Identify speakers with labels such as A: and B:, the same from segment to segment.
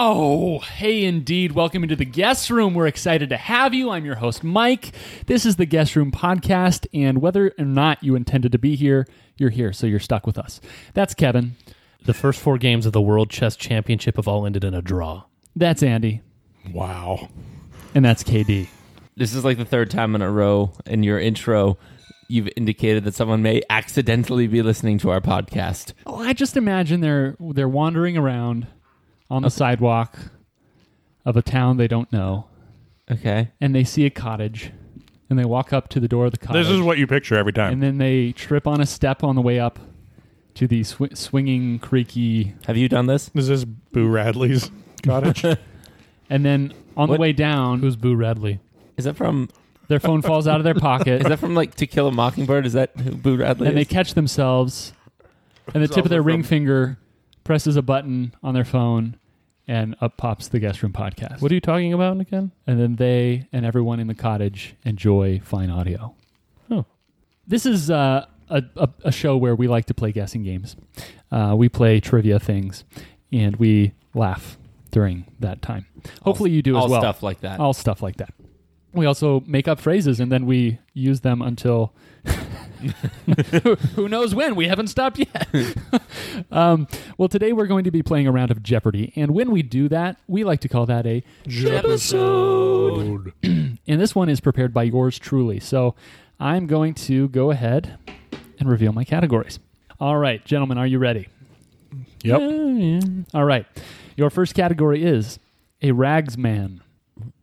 A: Oh, Hey, indeed. Welcome into the guest room. We're excited to have you. I'm your host, Mike. This is the guest room podcast, and whether or not you intended to be here, you're here, so you're stuck with us. That's Kevin.
B: The first four games of the World Chess Championship have all ended in a draw.
A: That's Andy.
C: Wow.
A: And that's KD.
D: This is like the third time in a row in your intro you've indicated that someone may accidentally be listening to our podcast.
A: Oh, I just imagine they're they're wandering around on the sidewalk of a town they don't know,
D: Okay.
A: and they see a cottage, and they walk up to the door of the cottage.
C: This is what you picture every
A: and
C: time.
A: then they trip on a step on the way up to the sw- swinging, creaky,
D: Have you done this?
C: Is this Boo Radley's cottage?
A: and then on
D: What-
A: the way down,
B: Who's Boo Radley?
D: Is that from
A: their phone falls out of their pocket,
D: is that from like To Kill a Mockingbird? Is that who Boo Radley?
A: and they
D: is?
A: catch themselves, and the tip of their ring finger presses a button on their phone, and up pops the guest room podcast.
B: What are you talking about again?
A: and then they and everyone in the cottage enjoy fine audio.
B: Oh.
A: This is uh, a, a, a show where we like to play guessing games. Uh, we play trivia things and we laugh during that time. Hopefully, you do
D: all
A: as well.
D: stuff like that.
A: All stuff like that. We also make up phrases and then we use them until who who knows when. We haven't stopped yet. um, well, today we're going to be playing a round of Jeopardy. And when we do that, we like to call that a
C: Episode.
A: and this one is prepared by yours truly. So I'm going to go ahead and reveal my categories. All right, gentlemen, are you ready?
C: Yep.
A: All right. Your first category is a rags man.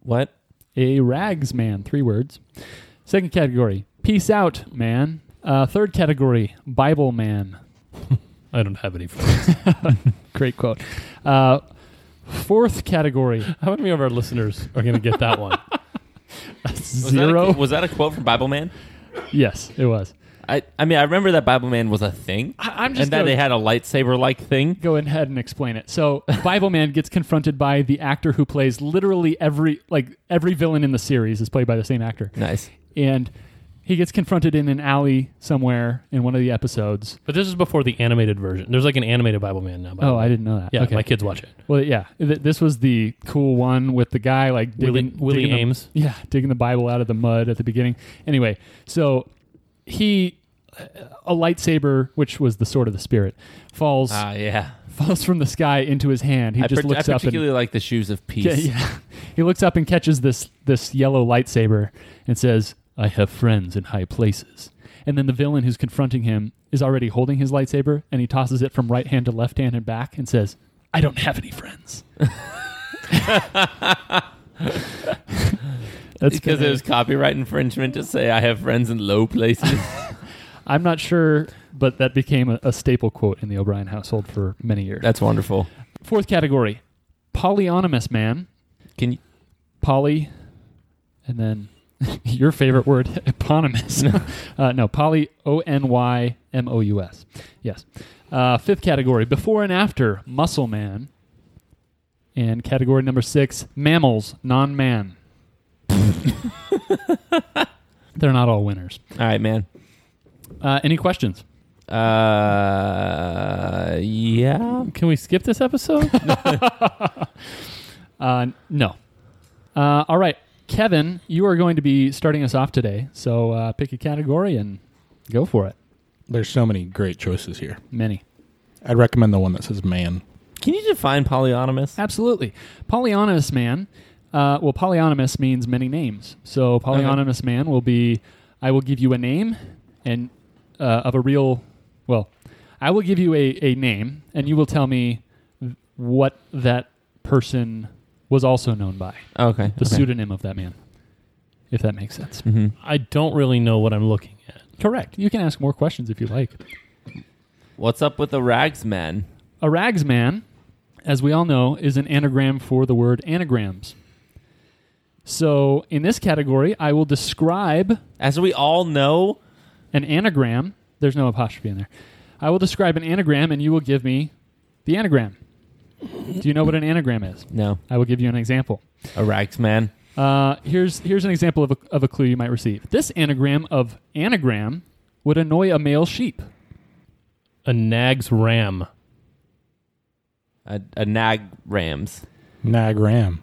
D: What?
A: A rags man, three words. Second category, peace out man. Uh, third category, Bible man.
B: I don't have any friends.
A: Great quote. Uh, fourth category,
B: How many of our listeners are going to get that one?
D: Was that a-
A: zero.
D: was that a quote from Bible Man?
A: yes, it was.
D: I, I mean, I remember that Bible Man was a thing,
A: I, am just
D: and that
A: gonna-
D: they had a lightsaber like thing.
A: go ahead and explain it. So Bible Man gets confronted by the actor who plays literally every like every villain in the series is played by the same actor.
D: Nice.
A: And he gets confronted in an alley somewhere in one of the episodes.
B: But this is before the animated version. There's like an animated Bible Man now. By the
A: Oh,
B: way.
A: I didn't know that.
B: Yeah,
A: okay.
B: my kids watch it.
A: Well, yeah. Th- this was the cool one with the guy like
B: Willie-
A: digging,
B: Willie
A: digging the-
B: Ames.
A: yeah, digging the Bible out of the mud at the beginning. Anyway, so he a lightsaber, which was the sword of the spirit, falls
D: Ah, yeah.
A: falls from the sky into his hand. He
D: I,
A: just
D: par- I
A: looks up and
D: particularly like the shoes of peace.
A: Yeah, yeah. He looks up and catches this this yellow lightsaber and says, "I have friends in high places." And then the villain who's confronting him is already holding his lightsaber, and he tosses it from right hand to left hand and back, and says, "I don't have any friends." That's
D: Because
A: gonna-
D: it was copyright infringement to say I have friends in low places.
A: I'm not sure, but that became a, a staple quote in the O'Brien household for many years.
D: That's wonderful.
A: Fourth category, polyonymous man.
D: Can you,
A: poly, and then your favorite word, eponymous. uh, no, poly, O N Y M O U S. Yes. Uh, fifth category, before and after, muscle man. And category number six, mammals, non man. They're not all winners.
D: all right, man.
A: Uh, any questions?
D: Uh, yeah.
B: Can we skip this episode?
A: Uh, no. Uh, all right, Kevin, you are going to be starting us off today. So uh, pick a category and go for it.
C: There's so many great choices here.
A: Many.
C: I'd recommend the one that says man.
D: Can you define polyonymous?
A: Absolutely. Polyonymous man. Uh, well, polyonymous means many names. So polyonymous man will be, I will give you a name, and uh, of a real, well, I will give you a, a name, and you will tell me what that person was also known by,
D: Okay.
A: the pseudonym of that man, if that makes sense.
D: hmm
B: I don't really know what I'm looking at.
A: Correct. You can ask more questions if you like.
D: What's up with the rags man?
A: A rags man, as we all know, is an anagram for the word anagrams. So in this category, I will describe
D: As we all know,
A: an anagram. There's no apostrophe in there. I will describe an anagram, and you will give me the anagram. Do you know what an anagram is?
D: no,
A: I will give you an example.
D: a rags man.
A: Uh, here's here's an example of a, of a clue you might receive. This anagram of anagram would annoy a male sheep.
B: A Nags Ram.
D: A, a nag rams.
C: Nagaram.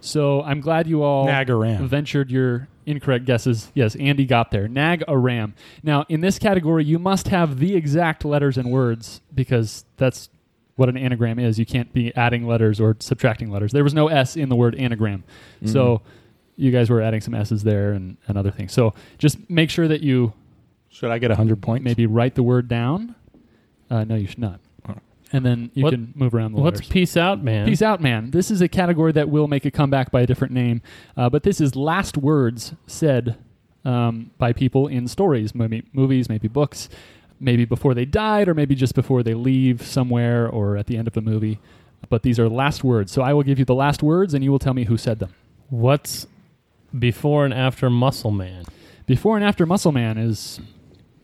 A: So I'm glad you all
C: Nagaram.
A: ventured your incorrect guesses. Yes, Andy got there. Nag a ram. Now, in this category, you must have the exact letters and words because that's what an anagram is. You can't be adding letters or subtracting letters. There was no S in the word anagram. So you guys were adding some S's there and, and other things. So just make sure that you
C: Should I get 100 points?
A: maybe write the word down. Uh, no, you should not.
C: Oh.
A: And then you
B: What-
A: can move around the
B: Let's
A: letters.
B: peace out, man.
A: Peace out, man. This is a category that will make a comeback by a different name, uh, but this is last words said um, by people in stories, maybe movies, maybe books, maybe before they died, or maybe just before they leave somewhere, or at the end of a movie. But these are last words. So I will give you the last words, and you will tell me who said them.
B: What's before and after Muscle Man?
A: Before and after Muscle Man is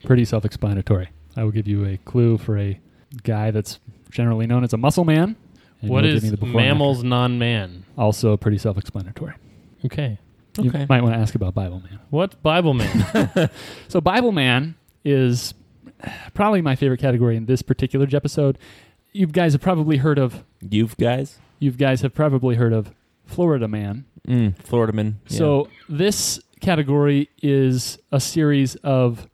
A: pretty self-explanatory. I will give you a clue for a guy that's generally known as a muscle man. and
B: What
A: you will give
B: is
A: me the before and
B: mammals non man?
A: after. Also pretty self-explanatory.
B: Okay.
A: You
D: Okay.
A: might want to ask about Bible Man.
B: What's Bible Man?
A: So Bible Man is probably my favorite category in this particular episode. You guys have probably heard of.
D: You guys?
A: You guys have probably heard of Florida Man.
D: Mm, Florida man.
A: So this category is a series of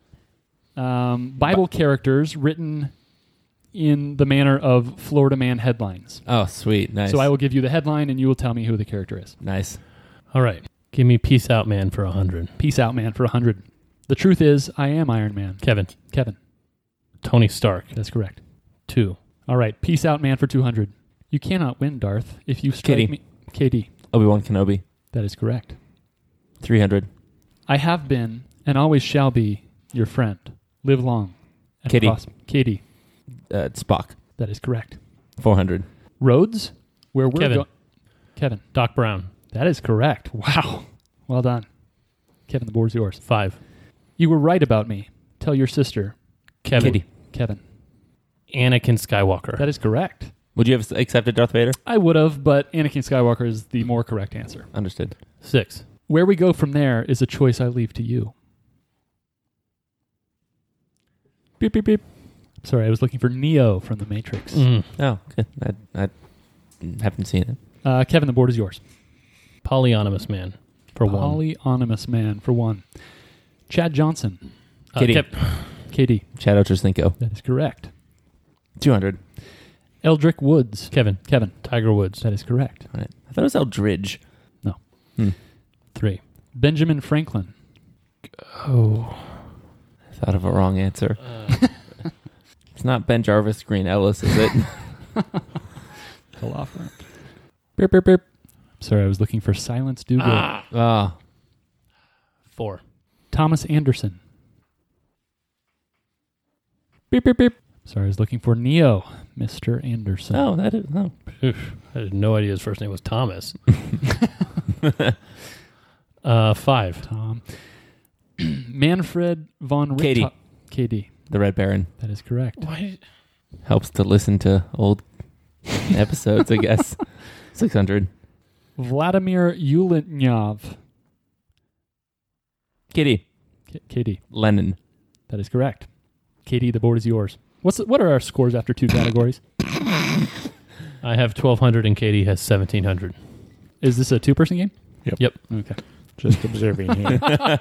A: um, Bible characters written in the manner of Florida Man headlines.
D: Oh, sweet. Nice.
A: So I will give you the headline, and you will tell me who the character is.
D: Nice.
B: All right. Give me Peace Out Man for 100.
A: Peace out, man. For hundred. The truth is, I am Iron Man.
B: Kevin,
A: Kevin,
B: Tony Stark,
A: that's correct.
B: two.
A: All right, peace out, man, for 200. You cannot win, Darth, if you strike
D: Kitty.
A: me. KD,
D: Obi Wan Kenobi.
A: that is correct.
D: 300.
A: I have been and always shall be your friend. Live long. and
D: Kitty.
A: prosper. Katie,
D: Uh, Spock.
A: that is correct.
D: 400.
A: Rhodes, where we're
B: Kevin.
A: go- Kevin,
B: Doc Brown,
A: that is correct. Wow. Well done. Kevin, the board's yours.
B: five.
A: You were right about me. Tell your sister,
B: Kevin,
D: Kitty.
A: Kevin.
B: Anakin Skywalker.
A: That is correct.
D: Would you have accepted Darth Vader?
A: I would have, but Anakin Skywalker is the more correct answer.
D: Understood.
B: Six.
A: Where we go from there is a choice I leave to you. Beep, beep, beep. Sorry, I was looking for Neo from The Matrix.
B: Mm.
D: Oh, good. I, I haven't seen it.
A: Uh, Kevin, the board is yours.
B: Polyonymous Man for one.
A: Polyonymous man for one. Chad Johnson,
B: Uh,
D: Kitty.
B: Kev-
A: KD.
D: Chad Ochocinco.
A: That is correct.
D: 200.
A: Eldrick Woods,
B: Kevin,
A: Kevin.
B: Tiger Woods,
A: That is correct.
D: All right. I thought it was Eldridge.
B: three.
A: Benjamin Franklin,
B: Oh.
D: I thought of a wrong answer.
B: Uh,
D: It's not Ben Jarvis Green Ellis, is it?
A: Beep, beep, beep. Sorry, I was looking for Silence Dugo.
B: ah,
D: oh,
B: four.
A: Thomas Anderson. Beep, beep, beep. Sorry, I was looking for Neo, Mr. Anderson.
D: no, that is. No.
B: Oof. I had no idea his first name was Thomas. uh, five.
A: Tom. Manfred von
D: Katie.
A: Richthofen. KD.
D: The Red Baron
A: That is correct.
B: Why?
D: helps to listen to old episodes, I guess. 600.
A: Vladimir Ulinyov.
D: Kitty.
A: K- KD.
D: Lennon.
A: That is correct. KD, the board is yours. What's what are our scores after two categories?
B: I have 1,200 and Katie has 1,700.
A: Is this a two-person game?
C: Yep.
B: Yep.
A: Okay.
C: Just observing here.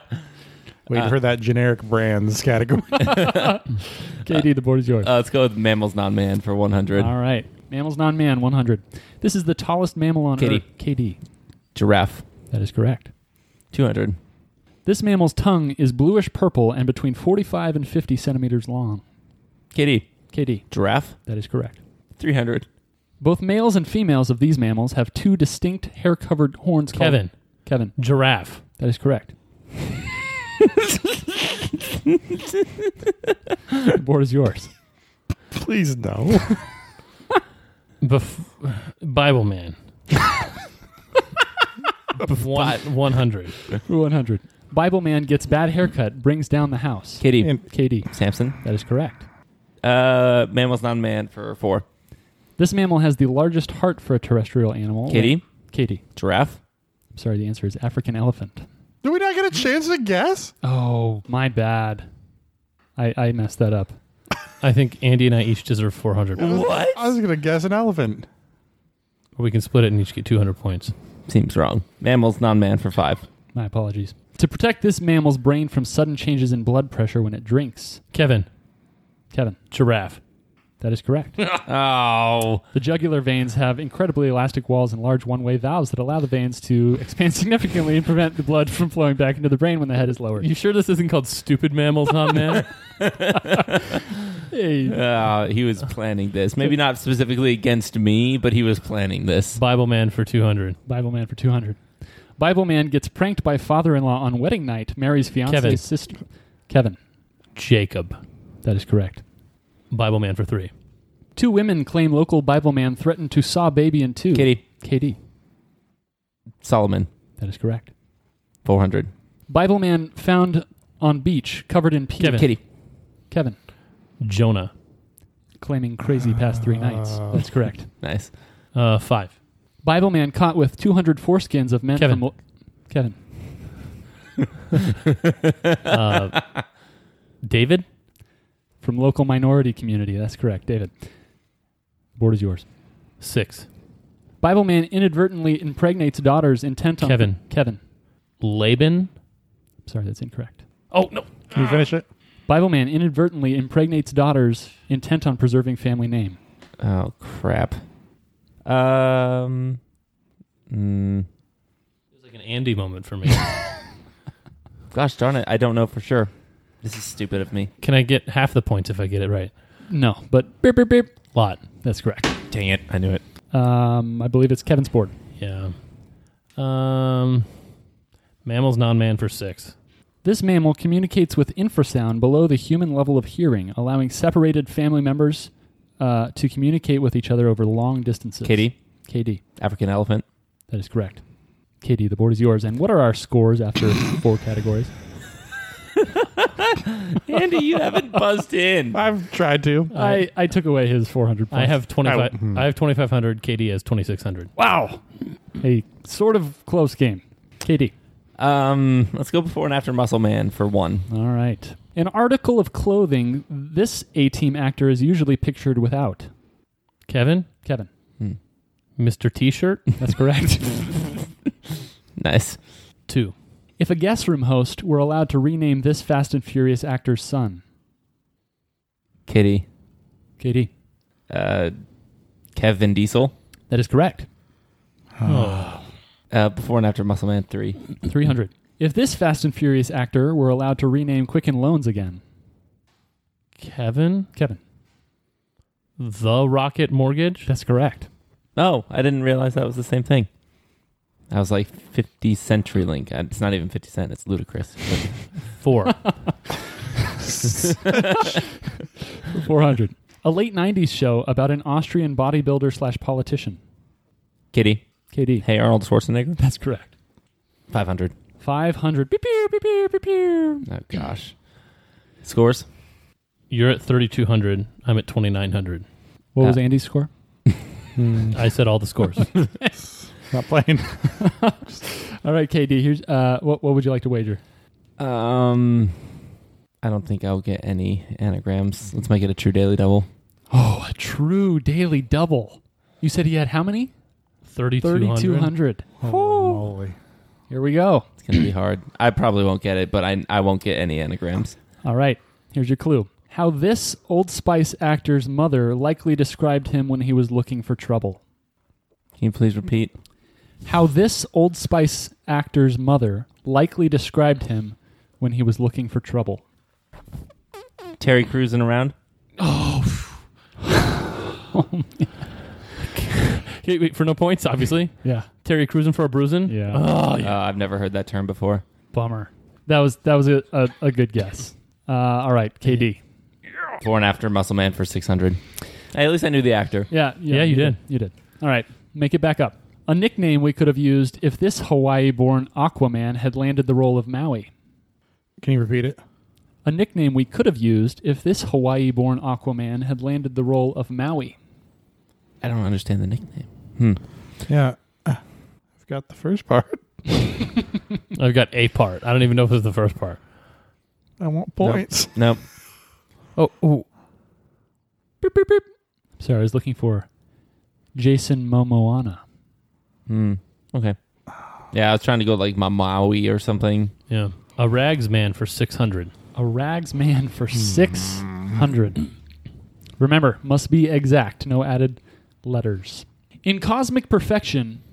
C: Wait for that generic brands category.
A: KD, the board is yours.
D: Uh, let's go with Mammals Non Man for 100.
A: All right. Mammals non-man, 100. This is the tallest mammal on
D: Katie.
A: Earth. KD.
D: Giraffe.
A: That is correct.
D: 200.
A: This mammal's tongue is bluish purple and between 45 and 50 centimeters long.
D: Kitty.
A: KD.
D: Giraffe.
A: That is correct.
D: 300.
A: Both males and females of these mammals have two distinct hair-covered horns. called-
B: Kevin,
A: Kevin.
B: giraffe.
A: That is correct. the board is yours.
C: Please no.
B: Bef- Bible man. One, 100.
A: 100. Bible man gets bad haircut, brings down the house.
D: Kitty.
C: And-
A: KD.
D: Samson.
A: That is correct.
D: Uh, Mammals Non Man for 4.
A: This mammal has the largest heart for a terrestrial animal.
D: Kitty.
A: Katie.
D: Giraffe.
A: I'm sorry, the answer is African elephant.
C: Do we not get a chance to guess?
A: Oh, my bad. I, I messed that up.
B: I think Andy and I each deserve 400.
D: What?
C: I was going to guess an elephant.
B: Or we can split it and each get 200 points.
D: Seems wrong. Mammals, non-man for five.
A: My apologies. To protect this mammal's brain from sudden changes in blood pressure when it drinks.
B: Kevin,
A: Kevin,
B: giraffe.
A: that is correct.
D: Oh,
A: the jugular veins have incredibly elastic walls and large one way valves that allow the veins to expand significantly and prevent the blood from flowing back into the brain when the head is lowered.
B: You sure this isn't called stupid mammals, not man?
A: Hey.
D: Uh, he was planning this. Maybe not specifically against me, but he was planning this.
B: Bible man for 200.
A: Bible Man for 200. Bible Man gets pranked by father in law on wedding night, marries fiance's
B: Kevin.
A: sister. Kevin,
B: Jacob.
A: that is correct.
B: Bible man for three.
A: Two women claim local Bible Man threatened to saw baby in two.
D: Kitty
A: KD,
D: Solomon,
A: that is correct.
D: four hundred.
A: Bible Man found on beach covered in pee.
B: Kevin.
D: Kitty,
A: Kevin,
B: Jonah.
A: claiming crazy past three nights. That's correct.
D: nice.
B: Uh, five.
A: Bible Man caught with 200 foreskins of men
B: Kevin.
A: from. Lo- Kevin,
B: Uh, David.
A: from local minority community. That's correct. David, board is yours.
B: Six.
A: Bible Man inadvertently impregnates daughters intent on.
B: Kevin.
A: Kevin.
B: Laban.
A: Sorry, that's incorrect.
B: Oh no.
C: Can we finish it?
A: Bible man inadvertently impregnates daughters intent on preserving family name.
D: Oh crap. Um. mm,
B: It's like an Andy moment for me.
D: gosh darn it! I don't know for sure. This is stupid of me.
B: Can I get half the points if I get it right?
A: No, but beep, beep, beep.
B: Lot.
A: That's correct.
D: Dang it! I knew it.
A: Um, I believe it's Kevin's board.
B: Yeah. Um, mammals non-man for six.
A: This mammal communicates with infrasound below the human level of hearing, allowing separated family members uh, to communicate with each other over long distances.
D: Kitty,
A: KD.
D: African elephant.
A: That is correct. KD, the board is yours. And what are our scores after four categories?
D: Andy, you haven't buzzed in.
C: I've tried to.
A: I, I took away his 400 points.
B: I have twenty-five.
C: I- hmm.
B: I have twenty-five hundred. KD has twenty-six hundred.
A: Wow. A sort of close game. KD.
D: Um, let's go before and after Muscle Man for one.
A: All right. An article of clothing this A team actor is usually pictured without.
B: Kevin.
A: Kevin.
B: Mr. T-shirt.
A: That's correct.
D: Nice.
B: Two.
A: if a guest room host were allowed to rename this Fast and Furious actor's son,
D: Kitty,
A: KD.
D: uh, Kevin Diesel.
A: That is correct.
D: Uh, before and after Muscle Man three.
A: 300. If this Fast and Furious actor were allowed to rename Quicken Loans again,
B: Kevin.
A: Kevin.
B: The Rocket Mortgage.
A: That's correct.
D: Oh, I didn't realize that was the same thing. I was like 50 CenturyLink. Uh, It's not even 50 cent. It's ludicrous.
B: Four.
A: 400. A late 90s show about an Austrian bodybuilder slash politician.
D: Kitty.
A: KD.
D: Hey, Arnold Schwarzenegger.
A: That's correct.
D: 500.
A: 500. Beep, beep, beep, beep, beep, beep.
D: Oh, gosh. Scores.
B: You're at thirty-two hundred. I'm at twenty-nine hundred.
A: What was
D: Uh,
A: Andy's score?
B: I said all the scores.
C: Not playing.
A: All right, KD. Here's uh, what, what would you like to wager?
D: Um, I don't think I'll get any anagrams. Let's make it a true daily double.
A: Oh, a true daily double. You said he had how many?
B: Thirty-two
A: 3,200.
B: hundred.
C: Holy moly.
A: Here we go.
D: It's going to be hard. I probably won't get it, but I, I won't get any anagrams.
A: All right. Here's your clue. How this Old Spice actor's mother likely described him when he was looking for trouble.
D: Can you please repeat?
A: How this Old Spice actor's mother likely described him when he was looking for trouble.
D: Terry cruising around?
B: Okay, wait for no points, obviously.
A: Yeah.
B: Terry cruising for a bruising.
A: Yeah.
B: Oh, yeah.
D: Uh, I've never heard that term before.
A: Bummer. That was that was a, a, a good guess. Uh, all right, KD.
D: Before and after Muscle Man for 600. Hey, at least I knew the actor.
A: Yeah,
B: Yeah, you did.
A: You did. All right, make it back up. A nickname we could have used if this Hawaii-born Aquaman had landed the role of Maui.
C: Can you repeat it?
A: A nickname we could have used if this Hawaii-born Aquaman had landed the role of Maui.
D: I don't understand the nickname.
C: Yeah. Ah, I've got the first part.
B: Uh, I've got a part. I don't even know if it was the first part.
C: I want points.
D: Nope.
B: Oh, oh.
A: Beep, beep, beep. Sorry, I was looking for Jason Momoana.
D: Hmm. Okay. Yeah, I was trying to go like my Maui or something.
B: Yeah. A rags man for 600.
A: A rags man for 600. Remember, must be exact, no added letters. In Cosmic Perfection,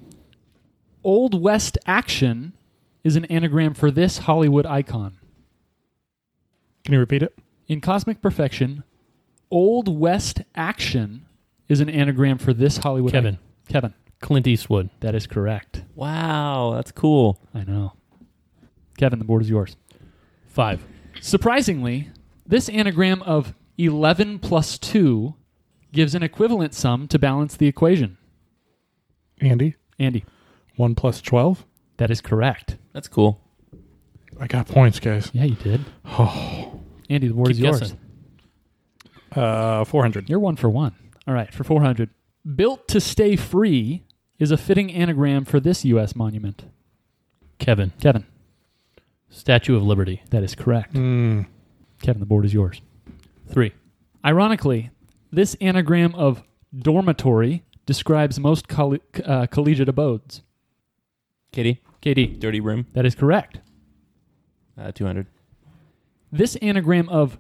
A: Old West Action is an anagram for this Hollywood icon.
C: Can you repeat it?
A: In Cosmic Perfection, Old West Action is an anagram for this Hollywood
B: Kevin.
A: icon. Kevin.
B: Clint Eastwood.
A: That is correct.
D: Wow, that's cool.
A: I know. Kevin, the board is yours.
B: Five.
A: Surprisingly, this anagram of 11 plus 2 gives an equivalent sum to balance the equation.
C: Andy,
A: Andy,
C: one plus twelve.
A: that is correct.
D: That's cool.
C: I got points, guys.
A: Yeah, you did. Andy, the board
B: Keep
A: is yours.
B: guessing.
C: Uh, four hundred.
A: You're one for one. All right, for 400. Built to stay free is a fitting anagram for this U.S. monument.
B: Kevin.
A: Kevin,
B: Statue of Liberty.
A: that is correct.
C: Mm.
A: Kevin, the board is yours.
B: Three.
A: Ironically, this anagram of dormitory describes most colle- uh, collegiate abodes.
D: Kitty,
A: KD,
D: dirty room,
A: that is correct.
D: uh, 200.
A: This anagram of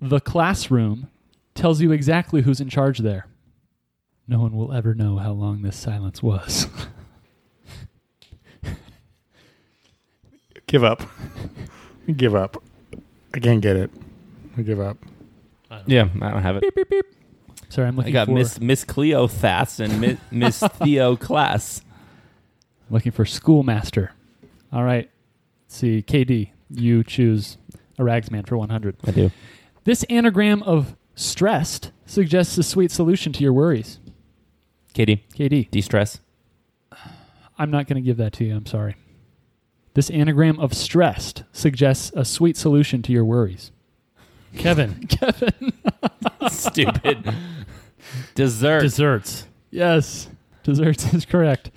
A: the classroom tells you exactly who's in charge there. No one will ever know how long this silence was.
C: Give up. Give up. I can't get it. I give up.
D: Yeah, I don't have it.
A: Sorry, I'm
D: I
A: looking
D: got
A: for
D: Miss Miss Cleo Thas and Mi- Miss Theo Class.
A: looking for schoolmaster. All right. Let's see, KD, you choose a rags man for 100.
D: I do.
A: This anagram of stressed suggests a sweet solution to your worries.
D: Kitty,
A: KD,
D: de stress.
A: I'm not going to give that to you. I'm sorry. This anagram of stressed suggests a sweet solution to your worries.
B: Kevin.
D: Stupid. Dessert.
B: Desserts.
A: Yes, desserts is correct.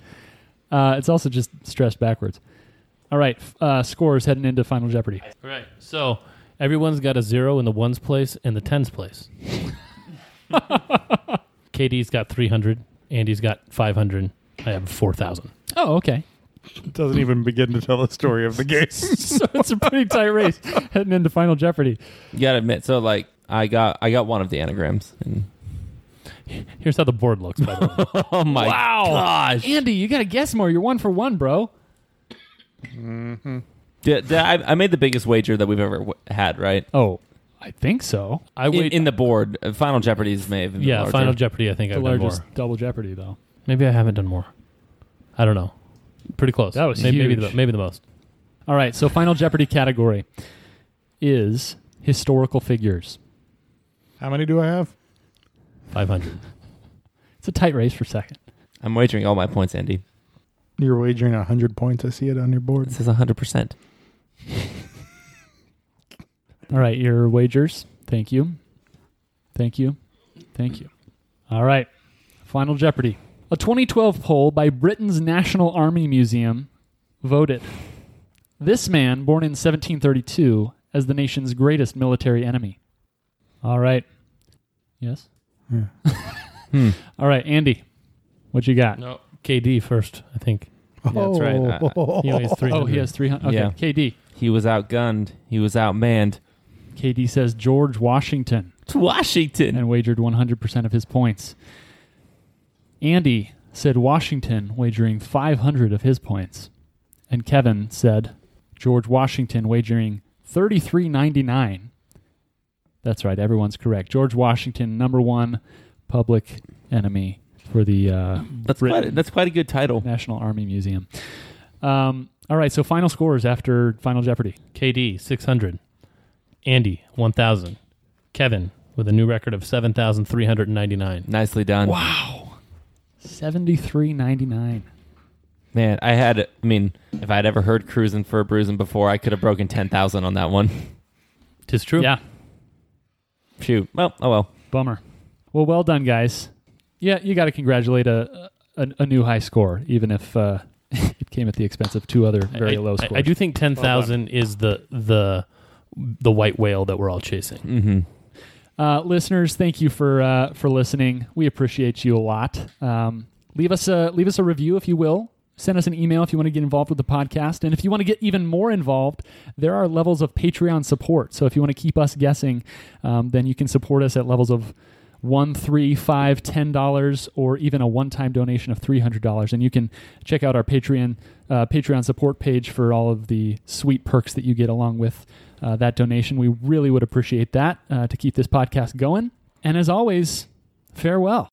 A: Uh, it's also just stressed backwards. All right, f- uh, scores heading into Final Jeopardy.
B: Right. So everyone's got a zero in the ones place and the tens place. KD's got 300. Andy's got 500. I have 4,000.
A: Oh, okay.
C: It doesn't even begin to tell the story of the game.
A: so it's a pretty tight race heading into Final Jeopardy.
D: you gotta admit. So like, I got I got one of the anagrams. And,
B: Here's how the board looks, by the way.
D: oh my gosh!
A: Andy, you got to guess more. You're one for one, bro.
D: Did- did I, I made the biggest wager that we've ever w- had, right?
A: Oh, I think so.
B: I
D: In,
B: wait.
D: in the board, Uh, Final Jeopardy's may have been
B: yeah,
D: larger.
B: Final Jeopardy, I think
A: The
B: I've done
A: largest
B: more.
A: double Jeopardy, though.
B: Maybe I haven't done more. I don't know. Pretty close.
A: That was
B: maybe, Maybe
A: huge.
B: the, maybe the most.
A: All right, so Final Jeopardy category is historical figures.
C: How many do I have?
B: 500.
A: It's a tight race for second.
D: I'm wagering all my points, Andy.
C: You're wagering hundred points. I see it on your board.
D: This is 100. percent
A: All right, your wagers. Thank you. Thank you. Thank you. All right. Final Jeopardy. A 2012 poll by Britain's National Army Museum voted this man, born in 1732, as the nation's greatest military enemy. All right. Yes?
C: Yeah.
D: Hmm.
A: All right, Andy, what you got?
B: No. KD first, I think.
D: that's right.
C: Uh,
B: He only has 300.
A: Oh, he has 300. Okay,
D: Yeah.
A: KD.
D: He was outgunned. He was outmanned.
A: KD says George Washington.
D: It's Washington.
A: and wagered 100% of his points. Andy said Washington, wagering 500 of his points. And Kevin said George Washington, wagering 33.99. That's right, everyone's correct. George Washington, number one public enemy for the uh,
D: That's
A: Brit-
D: quite. A, that's quite a good title.
A: National Army Museum. Um, all right, so final scores after Final Jeopardy.
B: KD, 600. Andy, 1,000. Kevin, with a new record of 7,399.
D: Nicely done.
A: Wow. 73.99.
D: Man, I had. I mean, if I'd ever heard "cruising for a bruising" before, I could have broken ten thousand on that one.
B: Tis true.
A: Yeah,
D: Shoot. Well, oh well.
A: Bummer. Well, well done, guys. Yeah, you got to congratulate a, a a new high score, even if uh, it came at the expense of two other very
B: I,
A: low
B: I-
A: scores.
B: I do think 10,000 is the the the white whale that we're all chasing.
D: Mm-hmm.
A: Uh, listeners, thank you for uh, for listening. We appreciate you a lot. Um, leave us a leave us a review if you will. Send us an email if you want to get involved with the podcast, and if you want to get even more involved, there are levels of Patreon support. So if you want to keep us guessing, um, then you can support us at levels of one, three, five, ten dollars, or even a one-time donation of three hundred dollars. And you can check out our Patreon uh, Patreon support page for all of the sweet perks that you get along with uh, that donation. We really would appreciate that uh, to keep this podcast going. And as always, farewell.